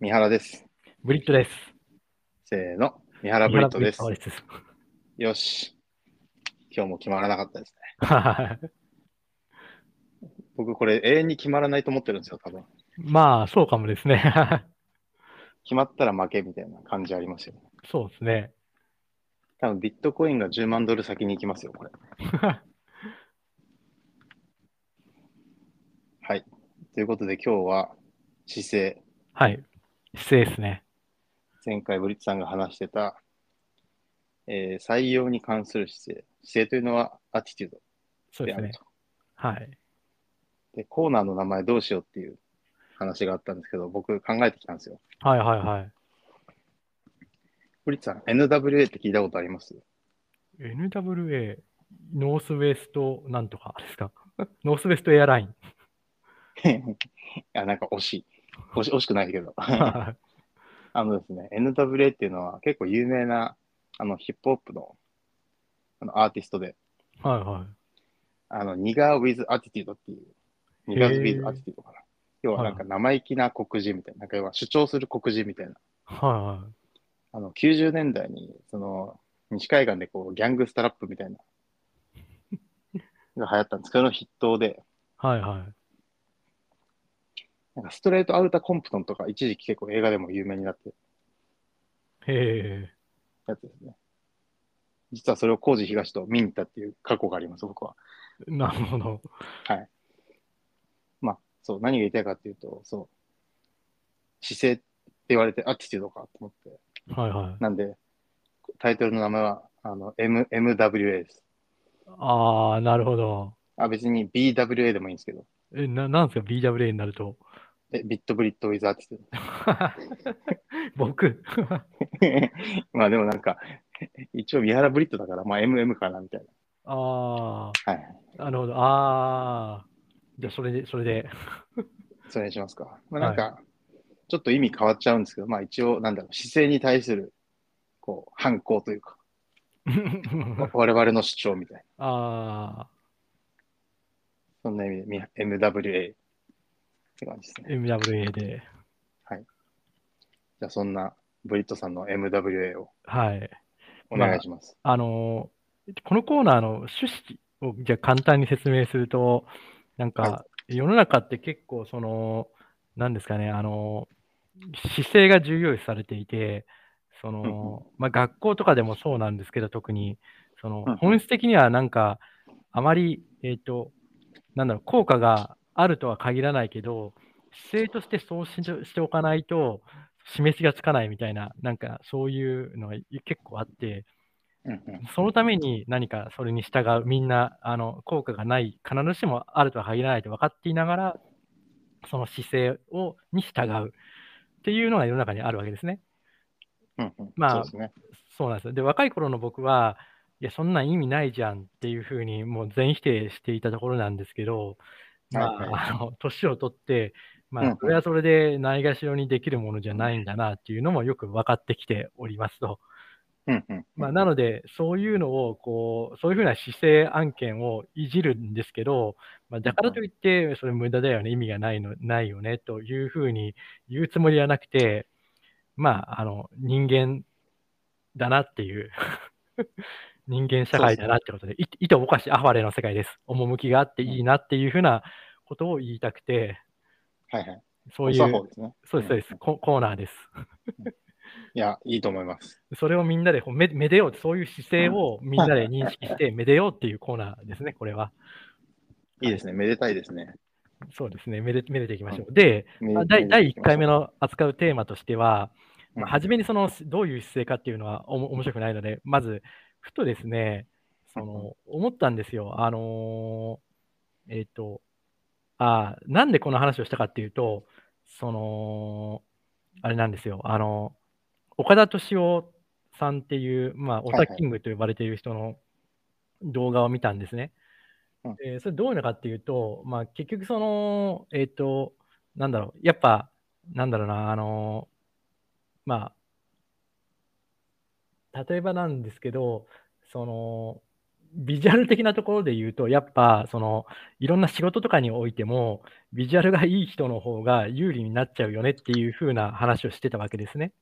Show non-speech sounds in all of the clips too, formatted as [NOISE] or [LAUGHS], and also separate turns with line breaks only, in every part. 三原です。
ブリットです。
せーの、三原ブリットです
三。原ブリット
よし。今日も決まらなかったですね。
です。
僕、これ永遠に決まらないと思ってるんですよ、多分。
まあ、そうかもですね。 [LAUGHS]
決まったら負けみたいな感じありますよ。
そうですね。
多分ビットコインが10万ドル先に行きますよ、
[LAUGHS]
これ。はい。ということで、今日は姿勢、
はい。失礼ですね。
前回ブリットさんが話してた、えー採用に関する姿勢。姿勢というのはアティテュード
そ
で
うで
あ
す
る
ね
と。。
はい。
で、コーナーの名前どうしようっていう話があったんですけど、僕考えてきたんですよ。
はいはいはい。
ブリッツさん、NWA って聞いたことあります [LAUGHS]
NWA、ノースウェストなんとかです
[LAUGHS]
かノースウェストエアライン。 [LAUGHS]
あ、なんか惜しい。惜し惜しくないけど。 [LAUGHS] あ
は
のですね、NWA っていうのは結構有名なあのヒップホップのあのアーティストで、
いは
あの、ニガー with attitude っていう、ニガー with attitude かな。要はなんか生意気な黒人みたいな、なんか要は主張する黒人みたいな。
い。は
あの、90年代に、その、西海岸でこう、ギャングスタラップみたいな、が流行ったんですけど、その筆頭で、
いはい。はいはい。
なんかストレートアウターコンプトンとか一時期結構映画でも有名になって
へえ。
やつですね。実はそれを工事東と見に行ったっていう過去があります、僕は。
なるほど。
まあ、そう、何が言いたいかっていうと、そう、姿勢って言われて、アティテュードかと思って。
はいはい。
なんで、タイトルの名前は、あの、M、MWA です。
ああ、なるほど。
あ、別に BWA でもいいんですけど、
え、な、なんですか ?BWA になると。 [LAUGHS]
えビットブリットウィズアティテュード。
僕 [LAUGHS]
[LAUGHS] まあでもなんか、一応三原ブリットだから、まあ MM かなみたい
ああ。
な。はい。
なるほど。ああ。じゃあ、それで、それで。
それにしますか。まあなんか、ちょっと意味変わっちゃうんですけど、まあ一応、なんだろう、姿勢に対する、こう、反抗というか、わ我々の主張みたいな。
ああ、
そんな意味でみ MWA って感じですね。
MWA で。
じゃあそんなブリットさんの MWA を
はい。
お願いします。
あのーこのコーナーの趣旨をじゃあ簡単に説明すると、なん
は
か、世の中って結構、その、なんですかね、あのー姿勢が重要視されていて、その、まあ、学校とかでもそうなんですけど、特に、そ
うんうん
の、本質的にはなんか、あまり、えっ、と、なんだろう、効果があるとは限らないけど、姿勢としてそうししておかないと、示しがつかないみたいな、なんかそういうのが結構あって、
うんうん
そのために何かそれに従う、みんなあの効果がない、必ずしもあるとは限らないと分かっていながら、その姿勢をに従うっていうのが世の中にあるわけですね。
うんうんそ
まあ
うですね。
そうなんですよ。で、若い頃の僕は、いや、そんなん意味ないじゃんっていうふうに、もう全否定していたところなんですけど、まあ、
はいは
あの、年を取っ
う
て、
ん
ま
うん
あ、それはそれでないがしろにできるものじゃないんだなっていうのもよく分かってきておりますと。
うんうん
まあ、なので、そういうのを、こう、そういうふうな姿勢案件をいじるんですけど、まあ、だからといって、それ無駄だよね、意味がないの、ないよね、というふうに言うつもりはなくて、まあ、あの、人間だなっていう、 [LAUGHS] 人間社会だなってことで、いいともかし哀れの世界です。趣があっていいなっていうふうなことを言いたくて、
はいはい。
そうい
お作法
う、
ですね。
そうです、そうです、ココーナーです。
いや、いいと思います。
それをみんなでこうめ、めでよう、そういう姿勢をみんなで認識して、めでようっていうコーナーですね、これは。
いいですね。めでたいですね。
そうですね、めでめでていきましょう。で、
め
まあ第第1回目
の。
の扱うテーマとしては、ま
うん
あ初めにそのどういう姿勢かっていうのはおも面白くないので、まず、ふとですね、その思ったんですよ。あのーえっ、と、あーなんでこの話をしたかっていうと、その、あれなんですよ。あの、岡田敏夫さんっていう、まあ、オ
はい
タキングと呼ばれている人の動画を見たんですね。
うん
えーそれどういうのかっていうと、まあ、結局その、えっ、と、なんだろう、やっぱ、なんだろうな、あのまあ、例えばなんですけど、その、ビジュアル的なところで言うと、やっぱ、その、いろんな仕事とかにおいても、ビジュアルがいい人の方が有利になっちゃうよねっていう風な話をしてたわけですね。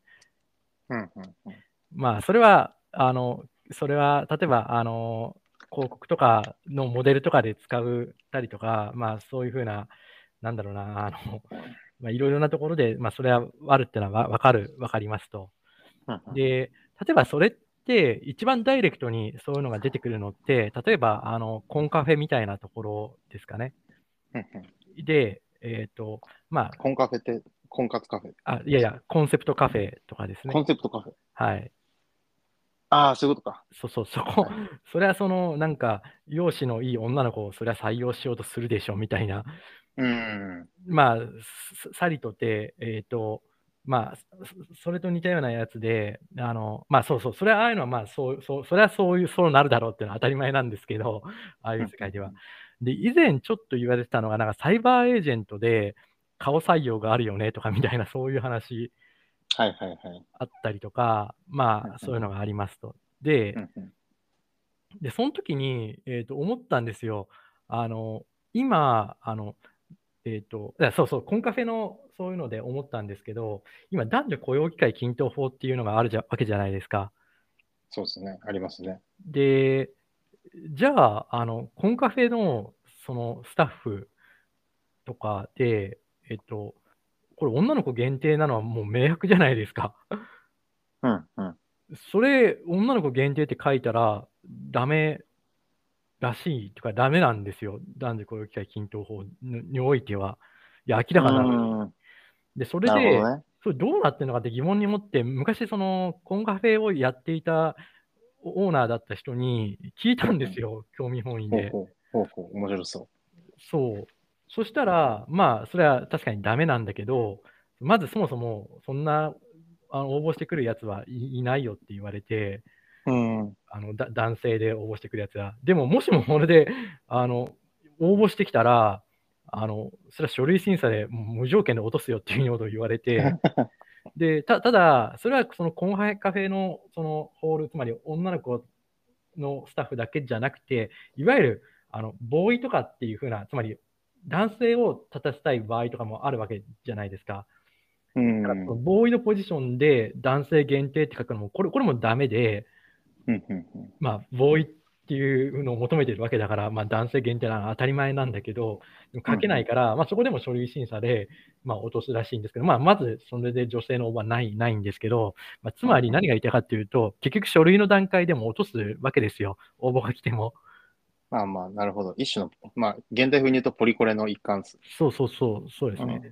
うんうんうん
まあ、それは、あの、それは、例えば、あの、広告とかのモデルとかで使ったりとか、まあ、そういう風な、なんだろうな、あの、まあ、いろいろなところで、まあ、それはあるってのはわわかる、わかりますと。
うんうん。
で、例えばそれって、一番ダイレクトにそういうのが出てくるのって、例えば、あの、コンカフェみたいなところですかね。
うんうん
で、えっ、と、ま
コンカフェって、婚活カフェ。
あ、あ、いやいや、コンセプトカフェとかです
コ
ね
ン。セプトカフェ。
はい。
ああ、そういうことか。
そうそう、そこ
は、
[LAUGHS] それはその、なんか、容姿のいい女の子を、それは採用しようとするでしょ、みたいな。
うん。
まあ、ささりとて、えっ、と、まあ、そそれと似たようなやつで、あの、まあそうそう、それはああいうのは、まあそう、そう、それはそういう、そうなるだろうっていうのは当たり前なんですけど、 [LAUGHS] ああいう世界では。で、以前ちょっと言われてたのが、なんかサイバーエージェントで顔採用があるよねとかみたいな、そういう話
はいはいはい。
あったりとか、ま
うんうん
あ、そういうのがありますと。で
う、んうん
で、その時に、えーと、思ったんですよ。あの、今、あの、えっ、と、あそうそう、コンカフェのそういうので思ったんですけど、今、男女雇用機会均等法っていうのがあるじゃわけじゃないですか。
そうですね。ありますね。
で、じゃあ、あの、コンカフェの、その、スタッフとかで、えっ、と、これ、女の子限定なのはもう明白じゃないですか。
うんうん。
それ、女の子限定って書いたら、ダメらしいとか、ダメなんですよ。男女雇用機会均等法ににおいては。いや、明らか
う
だ。
ん
で、それ
なる
で、
ほどね。
それどうなってるのかって疑問に思って、昔、その、コンカフェをやっていたオーナーだった人に聞いたんですよ。興味本位
ほう
で。
ほう。ほうほう。面白そう。
そう。そしたら、まあ、それは確かにダメなんだけど、まずそもそも、そんな、あの応募してくるやつはいいないよって言われて、
うん。
あのだ男性で応募してくるやつだ。でも、もしもこれであの応募してきたら、あのそれは書類審査でもう無条件で落とすよっていうようなことを言わ
[LAUGHS]
れて、でたただ、それはそのコンハイカフェのそのホール、つまり女の子のスタッフだけじゃなくて、いわゆるあのボーイとかっていうふうな、つまり男性を立たせたい場合とかもあるわけじゃないですか。
うん。う
だからその
ん
ボーイのポジションで男性限定って書くのも、これこれもダメで、
うんうん。
まあ、ボーイっていうのを求めてるわけだから、まあ、男性限定なのは当たり前なんだけど、でも書けないから、まあ、そこでも書類審査で、まあ、落とすらしいんですけど、まあ、まずそれで女性の応募はないないんですけど、まあ、つまり何が言いたいかっていうと、結局書類の段階でも落とすわけですよ、応募が来ても。
まあまあ、なるほど。一種の、まあ、現代風に言うとポリコレの一環っす。
そうそうそう、そうですね。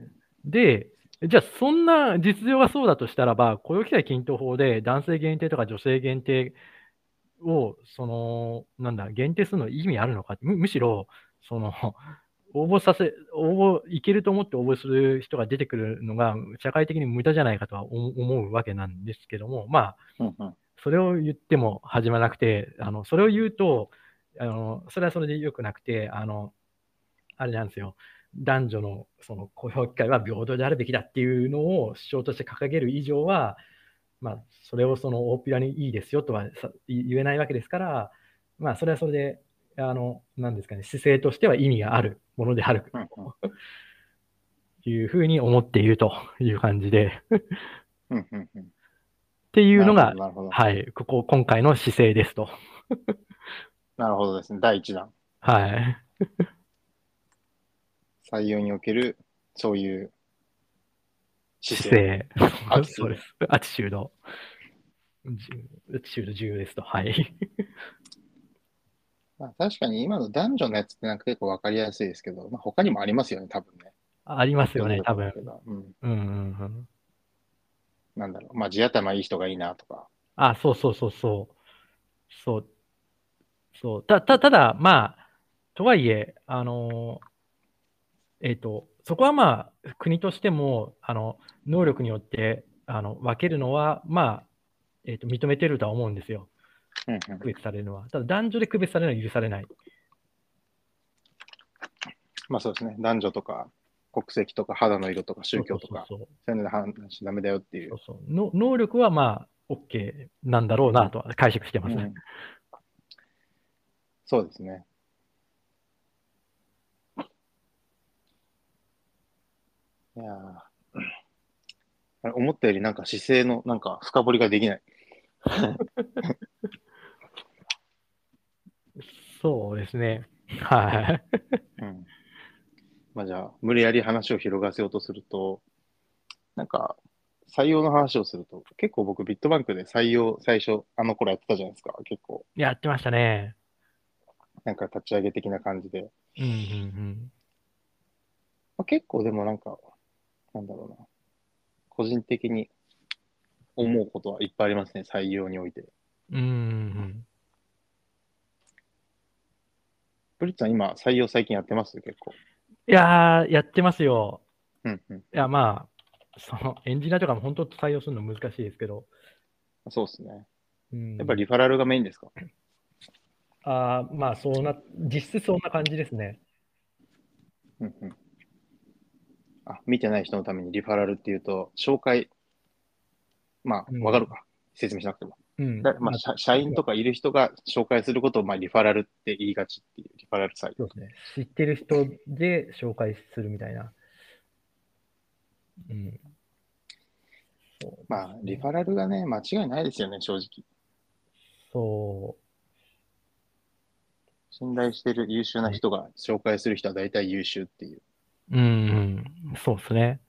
で、じゃあ、そんな実情がそうだとしたらば、雇用機会均等法で男性限定とか女性限定を、その、なんだ、限定するの意味あるのかむむしろ、その、応募させ、応募、いけると思って応募する人が出てくるのが、社会的に無駄じゃないかとは思思うわけなんですけども、まあ、
うんうん。
それを言っても始まらなくて、あのそれを言うとあの、それはそれで良くなくて、あのあれなんですよ、男女のその雇用機会は平等であるべきだっていうのを主張として掲げる以上は、まあ、それをその大っぴらにいいですよとはさ言えないわけですから、まあ、それはそれで、あのなんですかね、姿勢としては意味があるものである
うん
というふうに思っているという感じで、っ
うんうんうん。ってて
いうのが、
なるほど。
はい、ここ、今回の姿勢ですと。
なるほどですね。第一弾。
はい
採用における、そういう姿
姿
勢。
勢。
アティチュード
そうです。アティチュード。じゅアティチュード重要ですと。はい。 [LAUGHS]
まあ、確かに今の男女のやつってなんか結構わかりやすいですけど、まあ、他にもありますよね、多分ね。
ありますよね、多
読ん
分
だ。ことあるけどうん。
うんうんうん。
なんだろう。まあ、地頭いい人がいいなとか。
あ、そうそうそうそう。そう。そう。た、た、ただ、まあ、とはいえ、あのー、えっ、と、そこはまあ、国としても、あの、能力によって、あの、分けるのは、まあ、えっ、と、認めてるとは思うんですよ。
うんうん
区別されるのは。ただ、男女で区別されるのは許されない。
まあそうですね。男女とか、国籍とか、肌の色とか、宗教とか、
そうそうそう
そういうので判断しちゃダメだよっていう
そう。そうの能力はまあ、OK なんだろうなとは解釈してます
う
ね。
んそうですね。いやーあれ思ったよりなんか姿勢のなんか深掘りができない。
そうですね。はい。
うん。まあじゃあ、無理やり話を広がせようとすると、なんか、採用の話をすると、結構僕、ビットバンクで採用、最初、あの頃やってたじゃないですか。結構、
[LAUGHS] やってましたね。
なんか立ち上げ的な感じで。
うんうん
まあ、結構でもなんか、なんだろうな。個人的に思うことはいっぱいありますね、採用において。
うん。うんうん
ブリッツさん、今、採用最近やってます結構。
うん、いやー、やってますよ。
うんうん。
いや、まあ、そのエンジニアとかも本当採用するの難しいですけど。
そうですね。
うん、
やっぱリファラルがメインですか、
あーまあ、そうな、実質そんな感じですね。
うんうん、あ見てない人のためにリファラルっていうと、紹介、まあ
う、ん
わかるか、説明しなくても。
うん。
だまあ、社社員とかいる人が紹介することを、まあ、リファラルって言いがちっていう、リファラルサイ
そ
ト
う。ですね。知ってる人で紹介するみたいな。うん。そう
まあ、リファラルがね、間違いないですよね、正直。
そ
信頼してる優秀な人が紹介する人は大体優秀っていう。
う。うん、そうですね。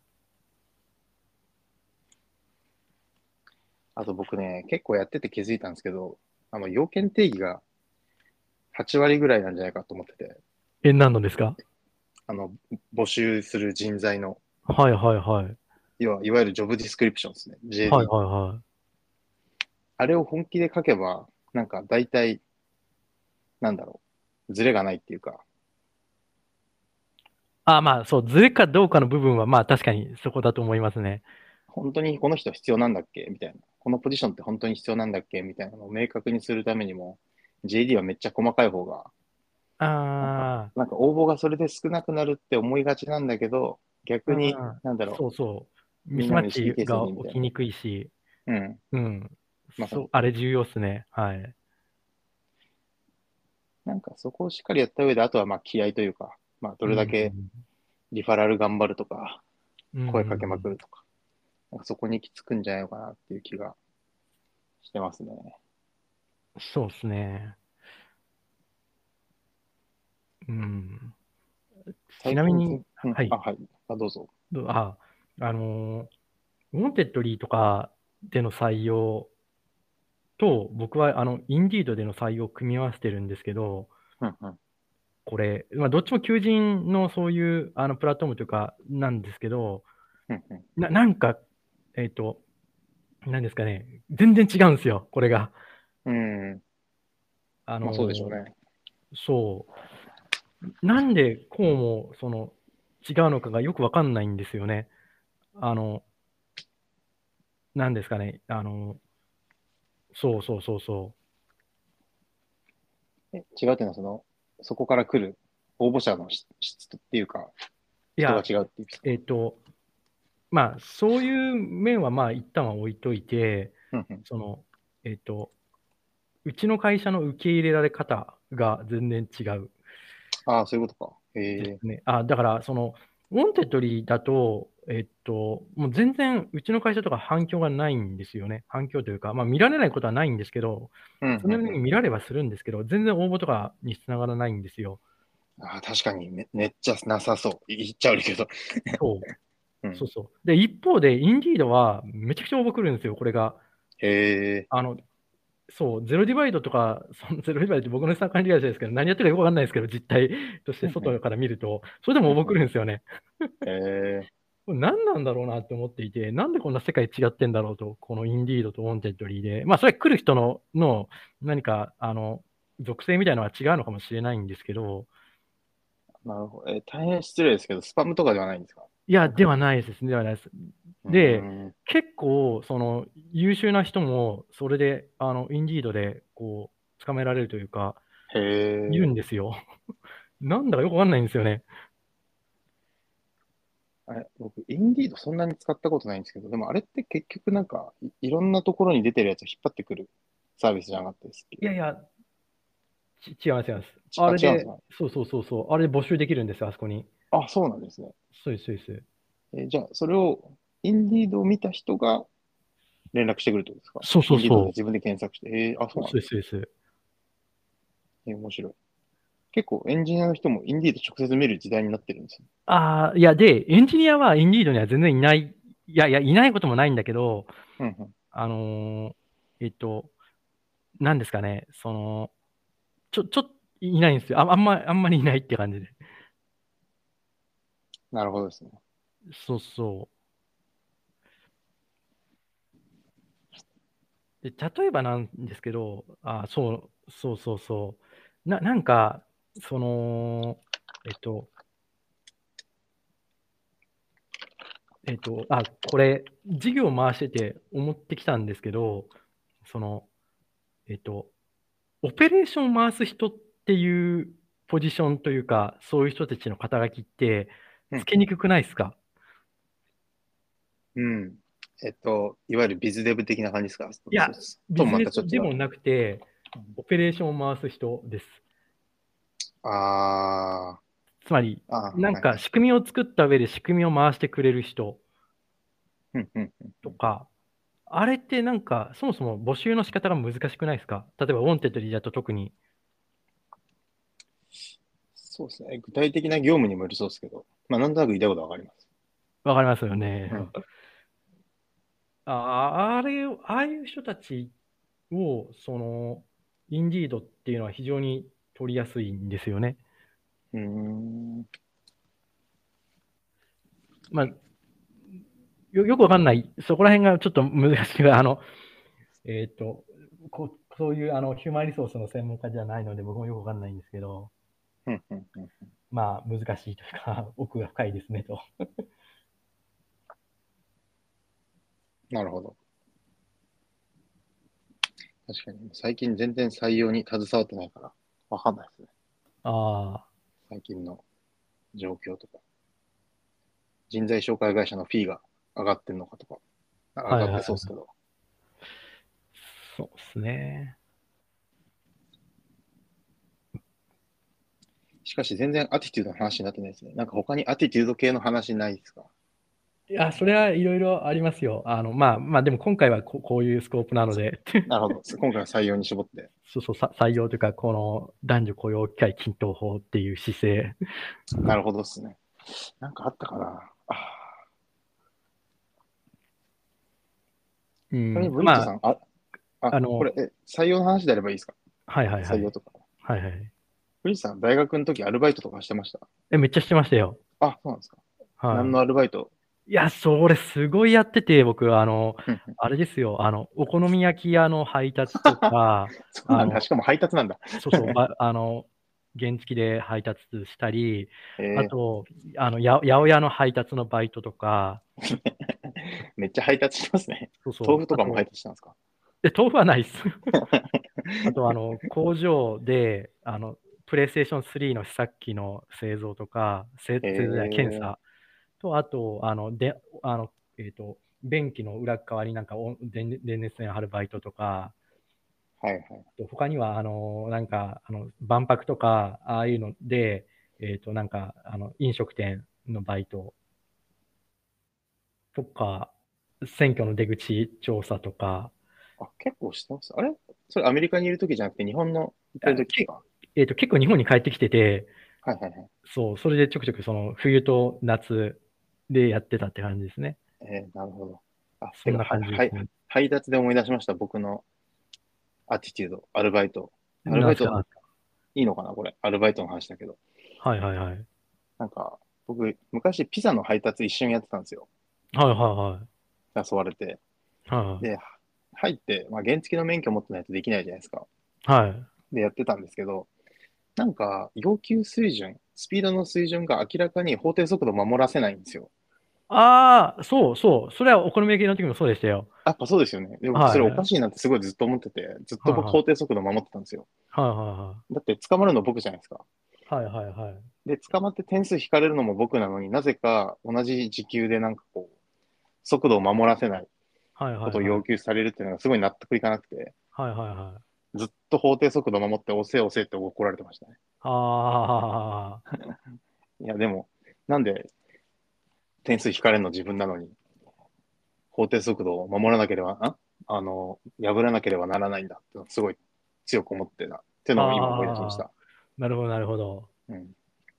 あと僕ね、結構やってて気づいたんですけど、あの、要件定義が8割ぐらいなんじゃないかと思ってて、
え、何のですか
あの、募集する人材の、
はいはいはい。
要は、いわゆるジョブディスクリプションですね。JD。
はいはいは
あれを本気で書けば、なんか大体、なんだろう、ズレがないっていうか、
い。あ、まあそう、ずれかどうかの部分は、まあ確かにそこだと思いますね。
本当にこの人必要なんだっけみたいな。このポジションって本当に必要なんだっけみたいなのを明確にするためにも、JD はめっちゃ細かい方が、
あ
なんか応募がそれで少なくなるって思いがちなんだけど、
あ。
逆に、
あ
なんだ
ーそ
ろ
うそう。ミ
み
ス
んな
マ
に
ッ
神経
チ
質に
が
みたいな
起きにくいし、
う。うん。
うん。
まさに
そう、あれ重要っすね。はい。
なんかそこをしっかりやった上で、あとはまあ気合というか、まあどれだけリファラル頑張るとか、
うん
声かけまくるとか、なんかそこに行き着くんじゃないのかなっていう気がしてますね。
そうですね。うん。ちなみに、
最近、うん
はい
あ、はい。あ、どうぞ。
どあ、あのー、ウォンテッドリーとかでの採用と、僕は、あの、インディードでの採用を組み合わせてるんですけど、
うんうん。
これ、まあ、どっちも求人のそういう、あの、プラットフォームというか、なんですけど、
うんうん
な、なんか、えっと、なんですかね、全然違うんですよ、これが。
うん。
あの
まあ
ー
そうでしょうね。
そう。なんでこうもその違うのかがよくわかんないんですよね。あの、なんですかね。あの、そうそうそうそ
え違うっていうのは、その、そこから来る応募者のし質っていうか、
う。い
人
や
が、違うっていう。
えっ、と、まあ、そういう面はまあ、一旦は置いといて、
うんうん
その、えっ、と、うちの会社の受け入れられ方が全然違う。
ああ、そういうことか。ええ
ね、あだから、その、ウォンテッドリーだと、えっと、もう全然、うちの会社とか反響がないんですよね。反響というか、まあ、見られないことはないんですけど、
うん
それなり
うん
に見られはするんですけど、全然応募とかにつながらないんです [LAUGHS] よ。
ああ、確かにめ、めっちゃなさそう。言っちゃうけど。
そうう。
ん
そうそう。で、一方で、インディードは、めちゃくちゃ応募来るんですよ、これが。
へえ。
あの、そう、ゼロディバイドとか、 [LAUGHS] そのゼロディバイドって僕の資産管理会社ですけど、何やってるかよくわかんないですけど、実態として外から見ると、それでも応募来るんですよね。
へえ。
これ何なんだろうなって思っていて、なんでこんな世界違ってんだろうと、このインディードとオンテッドリーで、まあ、それは来る人のの何かあの属性みたいなのは違うのかもしれないんですけど、
なるほど。えー大変失礼ですけど、スパムとかではないんですか
いや、ではないです、ではないです。で
うん
結構、その優秀な人も、それで、あのインディードでこう捕まえられるというか、
へえ。
いるんですよ。 [LAUGHS] なんだかよくわかんないんですよね。
あれ、僕、インディードそんなに使ったことないんですけど、でもあれって結局なんか、いいろんなところに出てるやつを引っ張ってくるサービスじゃなかったですっけ
いやいや、ち違います、違います。
あ
あれ
違うんで
で、
すか
そうそうそうそう、あれで募集できるんですよ、あそこに。
あ、そうなんですね。
そうです、そうです。
えーじゃあ、それを、インディードを見た人が連絡してくるってことですか
そうそうそう
インディードで自分で検索して。えーあ、そう
そ
なん
う
だ。
です、そうです。
えー面白い。結構、エンジニアの人もインディード直接見る時代になってるんですよ。
ああ、いや、で、エンジニアはインディードには全然いない、いやいや、いないこともないんだけど、
うんうん。
あのーえっと、なんですかね、その、ちょ、ちょっと、いないんですよ。ああんま、あんまりいないって感じで。
なるほどですね。
そうそう。で、例えばなんですけど、あ、そう、そうそうそう。な、なんか、その、えっと、えっと、あ、これ、事業回してて思ってきたんですけど、その、えっと、オペレーションを回す人っていうポジションというか、そういう人たちの肩書きって、
うん
つけにくくないですか
うん。えっと、いわゆるビズデブ的な感じですか
いや、ビ
と
ジ
ま
ネ
たちょっと
スで
違う
もなくて
うん、
オペレーションを回す人です。
あ
つまり、
ーあー、
なん
は
か
い
仕組みを作った上で仕組みを回してくれる人
うんうんうん
とか、あれってなんか、そもそも募集の仕方が難しくないですか例えば、ウォンテッドリーだと特に。
そうですね。具体的な業務にもよりそうですけど、まあ、なんとなく言いたいことはわかります。
わかりますよね。
うん
ああれを、ああいう人たちを、その、インディードっていうのは非常に取りやすいんですよね。
うーん。
まあ、よよくわかんない、そこら辺がちょっと難しいが、あの、えっ、と、こそういうあのヒューマンリソースの専門家じゃないので、僕もよくわかんないんですけど、
うんうんうん
まあ、難しいというか、 [LAUGHS] 奥が深いですねと。
なるほど。確かに、最近全然採用に携わってないから、わかんないですね。
ああ、
最近の状況とか。人材紹介会社のフィーが上がってんのかとか、
いはい
上がってそうですけど。
そうですね。
しかし、全然アティテュードの話になってないですね。なんか他にアティテュード系の話ない
[LAUGHS]
ですか
いや、それはいろいろありますよ。あの、まあ、まあ、でも今回はここういうスコープなので、 [LAUGHS]
なるほど。今回は採用に絞って。
そうそう、さ採用というか、この男女雇用機会均等法っていう姿勢。
なるほどですね。なんかあったかな。あ
う
ー、ち
ん
なみにブリッ
ま
ジさ
あ、
ん、あ、あ
あの
これえ、採用の話であればいいですか
はいはいは
採
い。
用とか。
はいはい。
ブリッジさん、大学の時アルバイトとかしてました
え、めっちゃしてましたよ。
あ、そうなんですか。
はい。
何のアルバイト
いや、それすごいやってて、僕、あの、
うん
あれですよ、あの、お好み焼き屋の配達と
[LAUGHS]
か、
そうなん
あの
だ。しかも配達なんだ。
そうそう、ばあの、原付で配達したり、
え
あ
ー、
と、あの、や八百屋の配達のバイトとか、
めっちゃ配達してますね。
そうそう。
豆腐とかも
あ
配達したんですか
え豆腐
[LAUGHS]
はないっす。あと、あの、工場で、あの、プレイステーション3の試作機の製造とか、せ製造じゃない
へー
検査と、あと、あの、で、あの、えっ、と、便器の裏っ側になんかお電電熱線貼るバイトとか、
はいはい。
と他には、あの、なんか、あの、万博とか、ああいうので、えっ、と、なんか、あの、飲食店のバイトとか、選挙の出口調査とか、
あ、結構してます。あれそれアメリカにいる時じゃなくて日本の行ってる時か。
えっ、と、結構日本に帰ってきてて、
はいはいはい。
そう、それでちょくちょくその冬と夏でやってたって感じですね。
えー、なるほど。あ、
そんな感じ
て
で
かはい
すね。
配達で思い出しました。僕のアティテュード、アルバイト。アル
な
バ
ん
イ
す
ト
かなん
の
すか
いいのかなこれ。アルバイトの話だけど。
はいはいはい。はい
なんか、僕、昔ピザの配達一緒にやってたんですよ。
はいは
誘われて。
い。はい
で、入って、まあ、原付の免許持ってないとできないじゃないですか。
はい。
で、やってたんですけど、なんか、要求水準、スピードの水準が明らかに法定速度を守らせないんですよ。
ああ、そうそう。それはお好み焼きの時もそうでしたよ。
やっぱそうですよね。で
は
も、
い
それおかしいなってすごいずっと思ってて、ずっと
はい
僕
はい
法定速度を守ってたんですよ。
はい
だって、捕まるの僕じゃないですか。
はいはい。はいはいはい。
で、捕まって点数引かれるのも僕なのになぜか同じ時給でなんかこう、速度を守らせない
はいはいはい。
ことを要求されるっていうのがすごい納得いかなくて、
はいはいは
ずっと法定速度守って、押せ押せって怒られてましたね。
ああ、
いや、でも、なんで点数引かれるの自分なのに、法定速度を守らなければ、んあの、破らなければならないんだってのすごい強く思ってた。ってのを今思い出しました。
なるほど、なるほど。
うん、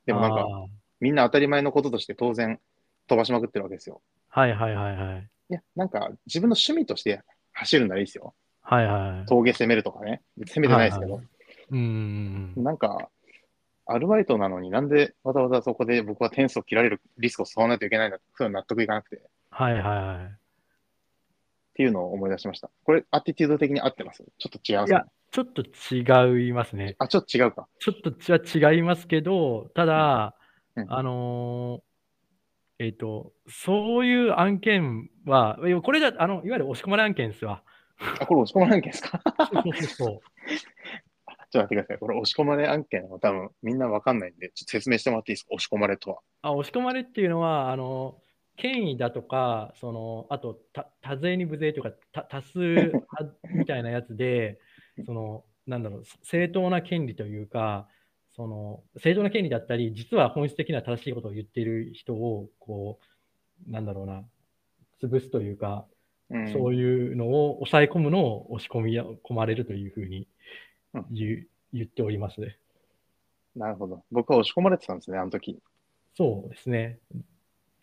でもなんか、
あー
みんな当たり前のこととして当然飛ばしまくってるわけですよ。
はいはいはいはい。
いや、なんか自分の趣味として走るならいいですよ。
はいはい。
峠攻めるとかね。攻めてないですけど。
はうんうんうん。
なんか、アルバイトなのになんでわざわざそこで僕は点数を切られるリスクを背負わないといけないんだって、そういうの納得いかなくて。
はいはいはい。
っていうのを思い出しました。これ、アティテュード的に合ってますちょっと違います、ね
い、ちょっと違いますね。
あ、ちょっと違うか。 [LAUGHS]
ちょっとちは違いますけど、ただ、
うんうん
あのーえっ、と、そういう案件は、いやこれじゃ、あの、いわゆる押し込まれ案件です
[LAUGHS]
わ。
あ、これ押し込まれ案件ですかちょっ
そうそうそう
と待ってください。これ押し込まれ案件は多分みんなわかんないんで、ちょっと説明してもらっていいですか押し込まれとは。
あ押し込まれっていうのは、あの、権威だとか、その、あと、た多税に無税とか、た多数
[LAUGHS]
たみたいなやつで、その、なんだろう、正当な権利というか、その、正当な権利だったり、実は本質的には正しいことを言っている人を、こう、なんだろうな、潰すというか、
うん
そういうのを抑え込むのを押し込みや込まれるというふうに
うん
言,、言っておりますね。
なるほど。僕は押し込まれてたんですね、あの時。
そうですね。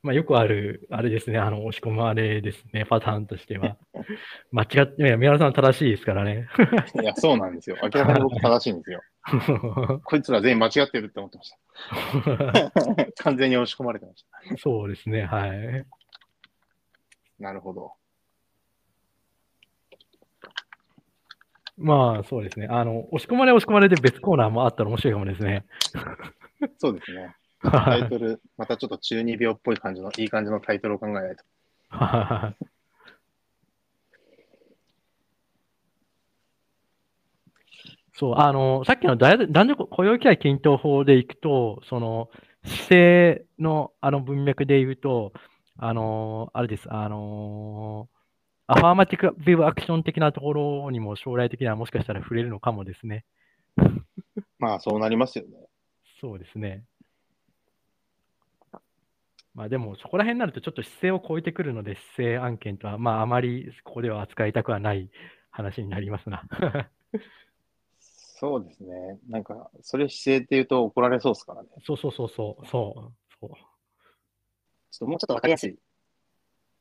まあ、よくある、あれですね、あの、押し込まれですね、パターンとして [LAUGHS] は。間違って、いや、宮原さん正しいですからね。 [LAUGHS]
いや、そうなんですよ。明らかに僕正しいんですよ。こいつら全員間違ってるって思ってました。完全に押し込まれてました。
そうですね、はい。
なるほど。
まあ、そうですね。あの、押し込まれ押し込まれで別コーナーもあったら面白いかもですね。
そうですね。タ
は
イ
い
トル、またちょっと中二病っぽい感じの、いい感じのタイトルを考えないと。
はい [LAUGHS] そう、あの、さっきの大男女雇用機会均等法でいくと、その、姿勢のあの文脈で言うと、あの、あれです、あの、アファーマティブ・アクション的なところにも将来的にはもしかしたら触れるのかもですね。
まあ、そうなりますよね。
そうですね。まあでも、そこら辺になるとちょっと姿勢を超えてくるので、姿勢案件とは、まああまりここでは扱いたくはない話になりますな。
そうですね。なんか、それ姿勢って言うと怒られそうですからね。
そうそうそうそう、そう、そう
ちょっともうちょっとわかりやすい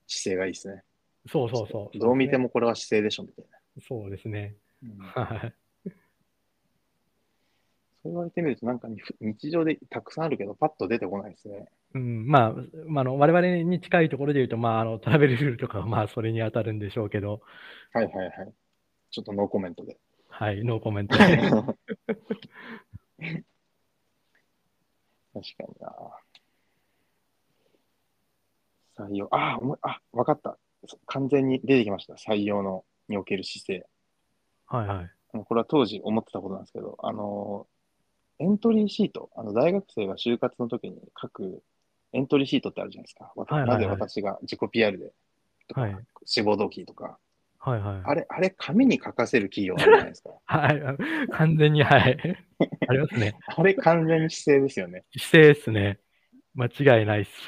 姿勢がいいですね。、
そうそうそう。
どう見てもこれは姿勢でしょみたい
そうですね。 [LAUGHS]
な。そう
はい
言われてみると、なんかに日常でたくさんあるけど、パッと出てこないですね。
うん、まあ、まあ、あの、我々に近いところで言うと、まあ、あの、トラベルルールとかは、まあ、それに当たるんでしょうけど、
はいはいはい。ちょっとノーコメントで。
はい、ノーコメント。
確かにな。採用。ああ、思いあ、わかった。そ完全に出てきました。採用のにおける姿勢。
はいはい。
あのこれは当時思ってたことなんですけど、あのーエントリーシート、あの大学生が就活の時に書くエントリーシートってあるじゃないですか。わた
はいはいはい
なぜ私が自己 PR で、とか、
はい
志望動機とか。
はいはい。
あれ、あれ、紙に書かせる企業あるじゃない
[LAUGHS]
ですか。
はいあの、完全
[LAUGHS]
に、はい。ありますね。
あれ、完全に姿勢ですよね。
姿勢ですね。間違いないっす。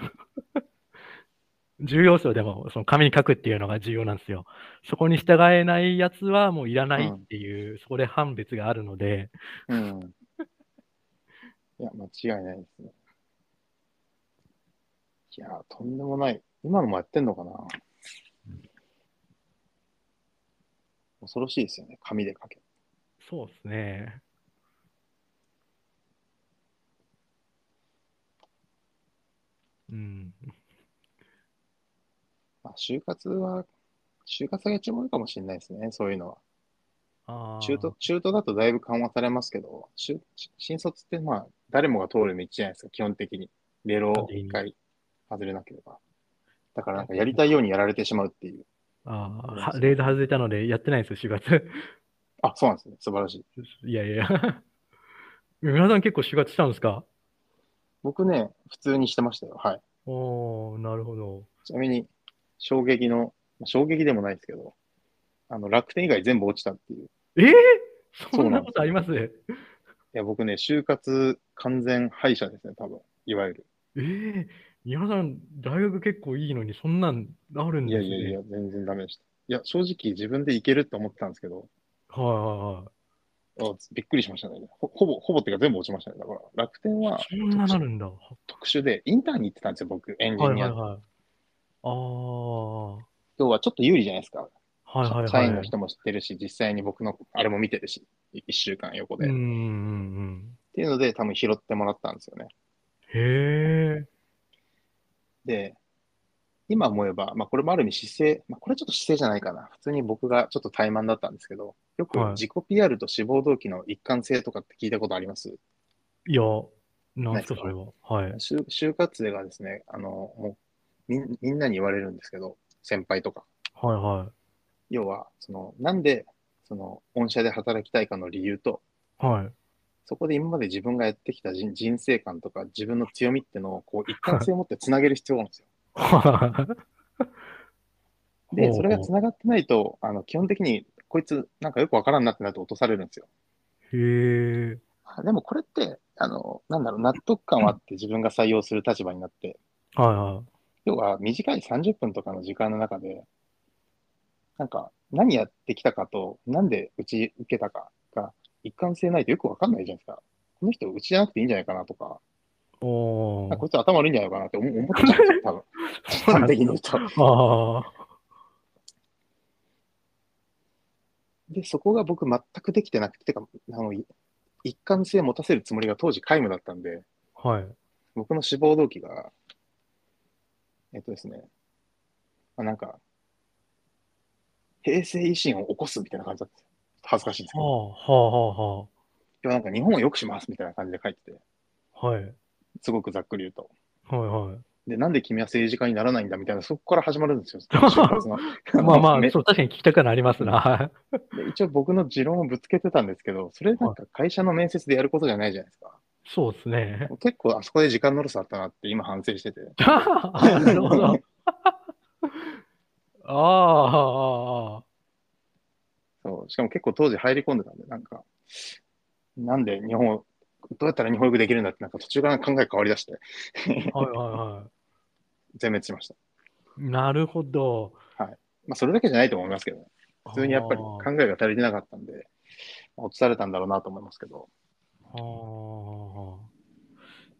[LAUGHS] 重要ですよ、でも、その紙に書くっていうのが重要なんですよ。そこに従えないやつはもういらないっていう、そこで判別があるので、
うん。いや、間違いないですね。いや、とんでもない。今のもやってんのかな恐ろしいですよね。紙で書け。
そうですね。うん。
まあ、就活は、就活が一番多いかもしれないですね、そういうのは。
あー
中途、中途だとだいぶ緩和されますけど、就新卒ってまあ、誰もが通る道じゃないですか、基本的に。レロを一回外れなければ。だからなんかやりたいようにやられてしまうっていう。
あーはレール外れたのでやってないんですよ、4月。 [LAUGHS]
あ、そうなんですね。素晴らしい。
いやいや。 [LAUGHS] 皆さん結構4月したんですか
僕ね、普通にしてましたよ。はい。
おー、なるほど。
ちなみに、衝 [LAUGHS] 撃の、まあ衝撃でもないですけど、あの、楽天以外全部落ちたっていう。
えーそんなことあります [LAUGHS]
いや、僕ね、就活完全敗者ですね、多分。いわゆる。
ええ宮田さん、大学結構いいのに、そんなんあるん
い
です
や
ね。
いやいや、全然ダメでした。いや、正直自分でいけると思ってたんですけど、
は
あびっくりしましたね。ほほぼ、ほぼっていうか全部落ちましたね。だから、楽天
いはいは。
はい
そんななるんだ。は
特殊で、インターンに行ってたんですよ、僕、エン
い
ジ
はい
ニア。
はい。ああ。は
今日はちょっと有利じゃないですか。
いはいはい。
社員の人も知ってるし、実際に僕のあれも見てるし、1週間横で。
うんう
っ
んうん。
ていうので、多分拾ってもらったんですよね。
へえ。
で、今思えば、まあ、これもある意味姿勢、まあ、これちょっと姿勢じゃないかな。普通に僕がちょっと怠慢だったんですけど、よく
はい
自己 PR と志望動機の一貫性とかって聞いたことあります、
いや、な
な
んすか
いですか
それは。はい。
就就活生がですね、あの、もうみんみんなに言われるんですけど、先輩とか。
はいは
要は、その、なんで、その、御社で働きたいかの理由と、
い。はい。
そこで今まで自分がやってきた人人生観とか自分の強みってのをこう一貫性を持ってつなげる必要があるんですよ。で、それがつながってないと、あの基本的にこいつなんかよくわからんなってなって落とされるんですよ。
へえ。
あでもこれって、あの、なんだろう、納得感はあって自分が採用する立場になって、
はいはい。
要は短い30分とかの時間の中で、なんか何やってきたかと、なんでうち受けたかが一貫性ないとよくわかんないじゃないですか。この人うちじゃなくていいんじゃないかなとか、
お
あ
ー
こいつ頭悪いんじゃないかなって思思ってたんですよ、多 [LAUGHS] 分。端的に言うと。
ああ。
で、そこが僕全くできてなくて、てか、あの、い一貫性持たせるつもりが当時皆無だったんで、
はい。
僕の志望動機が、えっとですね、まあ、なんか、平成維新を起こすみたいな感じだったんですよ。恥ずかしいんですけ
は
ど。
あ、はあ、は
でもなんか日本を良くしますみたいな感じで書いてて、
あ、はあ。はい。
すごくざっくり言うと。
はいはい。
で、なんで君は政治家にならないんだみたいな、そこから始まるん
[LAUGHS]
ですよ。就活の
まあま
め
あ、そう、確かに聞きたくなりますな。はい
で一応僕の持論をぶつけてたんですけど、それなんか会社の面接でやることじゃないじゃないですか。
[LAUGHS] そうですね。
結構あそこで時間のロスあったなって今反省してて。
なるほど。 [LAUGHS] ああ、ああ、
そうしかも結構当時入り込んでたんで、なんか、なんで日本を、どうやったら日本語よくできるんだって、なんか途中から考え変わりだして、
はいはいは
全滅しました。
い。なるほど。
まあそれだけじゃないと思いますけど、ね、普通にやっぱり考えが足りてなかったんで、落とされたんだろうなと思いますけど、
あー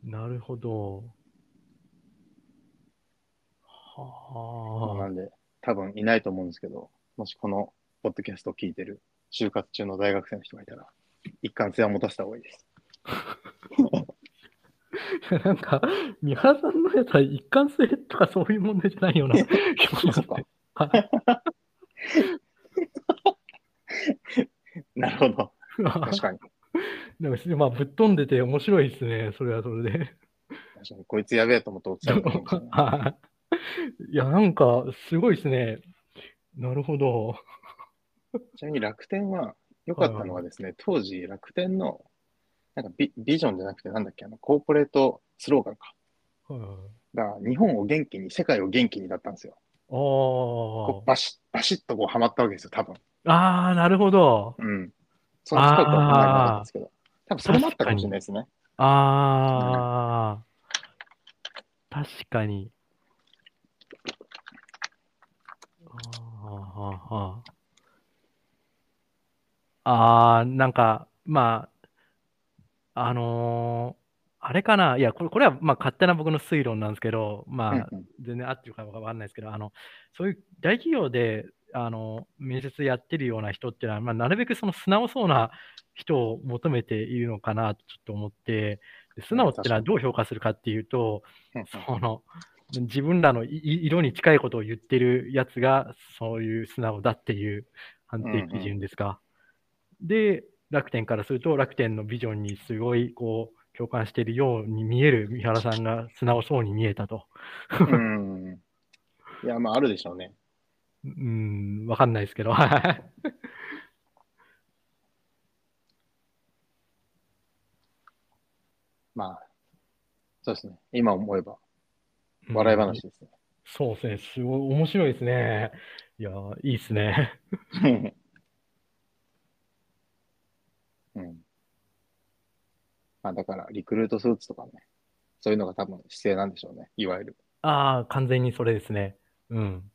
なるほど。
まあな
は
んで、多分いないと思うんですけど、もしこのポッドキャストを聞いてる、就活中の大学生の人がいたら、一貫性は持たせた方がいいです。
あ。なんか、三原さんのやつは一貫性とかそういう問題じゃないような気もしま
[LAUGHS] そ
す
っか
ね。はい
なるほど。確かに。
[LAUGHS] でも、まあ、ぶっ飛んでて面白いですね。それはそれで。
確かに、こいつやべえと思って落ちちゃうと思うんですよね
[LAUGHS] いや、なんか、すごいですね。なるほど。
ちなみに楽天は良かったのはですね、当時楽天のなんかビビジョンじゃなくてなんだっけ、あのコーポレートスローガンか。
はいはい
が日本を元気に、世界を元気にだったんですよ。こう
あ
バシッ、バシッとこうハマったわけですよ、多分。
あ。ああ、なるほど。
うん。その近くは考えなかったんですけど。多分それもあったかもしれないですね。
ああ、確かに。あーはーはーあー、なんか、まあ、あのーあれかな、いや、これこれはまあ勝手な僕の推論なんですけど、まあ、
うんうん
全然合ってるかわかんないですけど、あのそういう大企業であの面接やってるような人っていうのは、まあ、なるべくその素直そうな人を求めているのかなとちょっと思って、で素直っていうのはどう評価するかっていうと、
うんうん
その自分らのいい色に近いことを言ってるやつが、そういう素直だっていう判定基準ですか。で、楽天からすると、楽天のビジョンにすごいこう共感しているように見える三原さんが素直そうに見えたと。
うん。いや、まああるでしょうね。
うーん、わかんない [LAUGHS] ですけど。はい
まあ、そうですね。今思えば、笑い話。ですね。
そうですね。すごい面白いで
[LAUGHS]
すね。いやー、いいですね。
まあ、だから、リクルートスーツとかね、そういうのが多分姿勢なんでしょうね、いわゆる。
[LAUGHS] ああ、完全にそれですね。うん。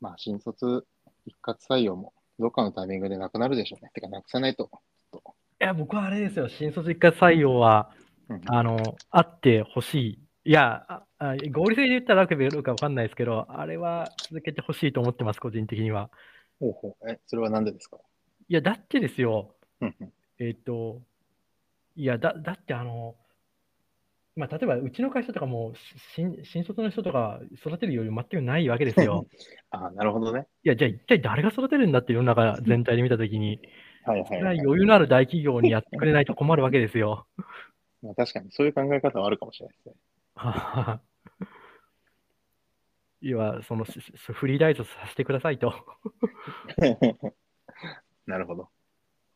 まあ、新卒一括採用も、どっかのタイミングでなくなるでしょうね。てか、なくさないと。
いや、僕はあれですよ。新卒一括採用は、
うん
あの、あってほしい。いや、ああ合理性で言ったらラグビーやるかわかんないですけど、あれは続けてほしいと思ってます、個人的には。
ほうほう。え、それはなんでですか [LAUGHS]
いや、だってですよ、
うんうん。
えっ、と、いや、だだってあの、まあ、例えばうちの会社とかもし新新卒の人とか育てる余裕全くないわけで
[LAUGHS]
すよ。
ああ、なるほどね。
いや、じゃあ一体誰が育てるんだって世の中全体で見たときに、
はい [LAUGHS] はい、はい。
余裕のある大企業にやってくれないと困るわけですよ。 [LAUGHS]
まあ、確かに、そういう考え方はあるかもしれないですね。
いや、その、ししフリーライトさせてくださいと。
[LAUGHS] なるほど。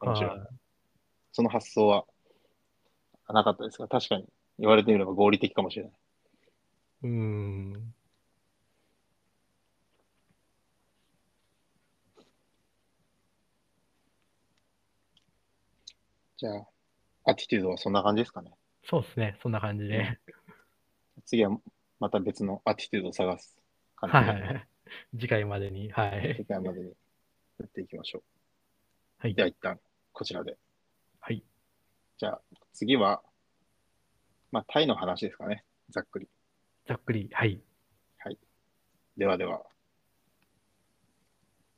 面白い
は。
その発想はなかったですが、確かに言われてみれば合理的かもしれない。
いうん。
じゃあ、アティテュードはそんな感じですかね。
そうですね。そんな感じで。
次はまた別のアティテュードを探す感じ
は
で、
い。次回までに。はい。
次回までにやっていきましょう。
はい
で。は一旦こちらで。
はい。
じゃあ次は、まあ、タイの話ですかね。ざっくり。
ざっくり。はい。
ではでは。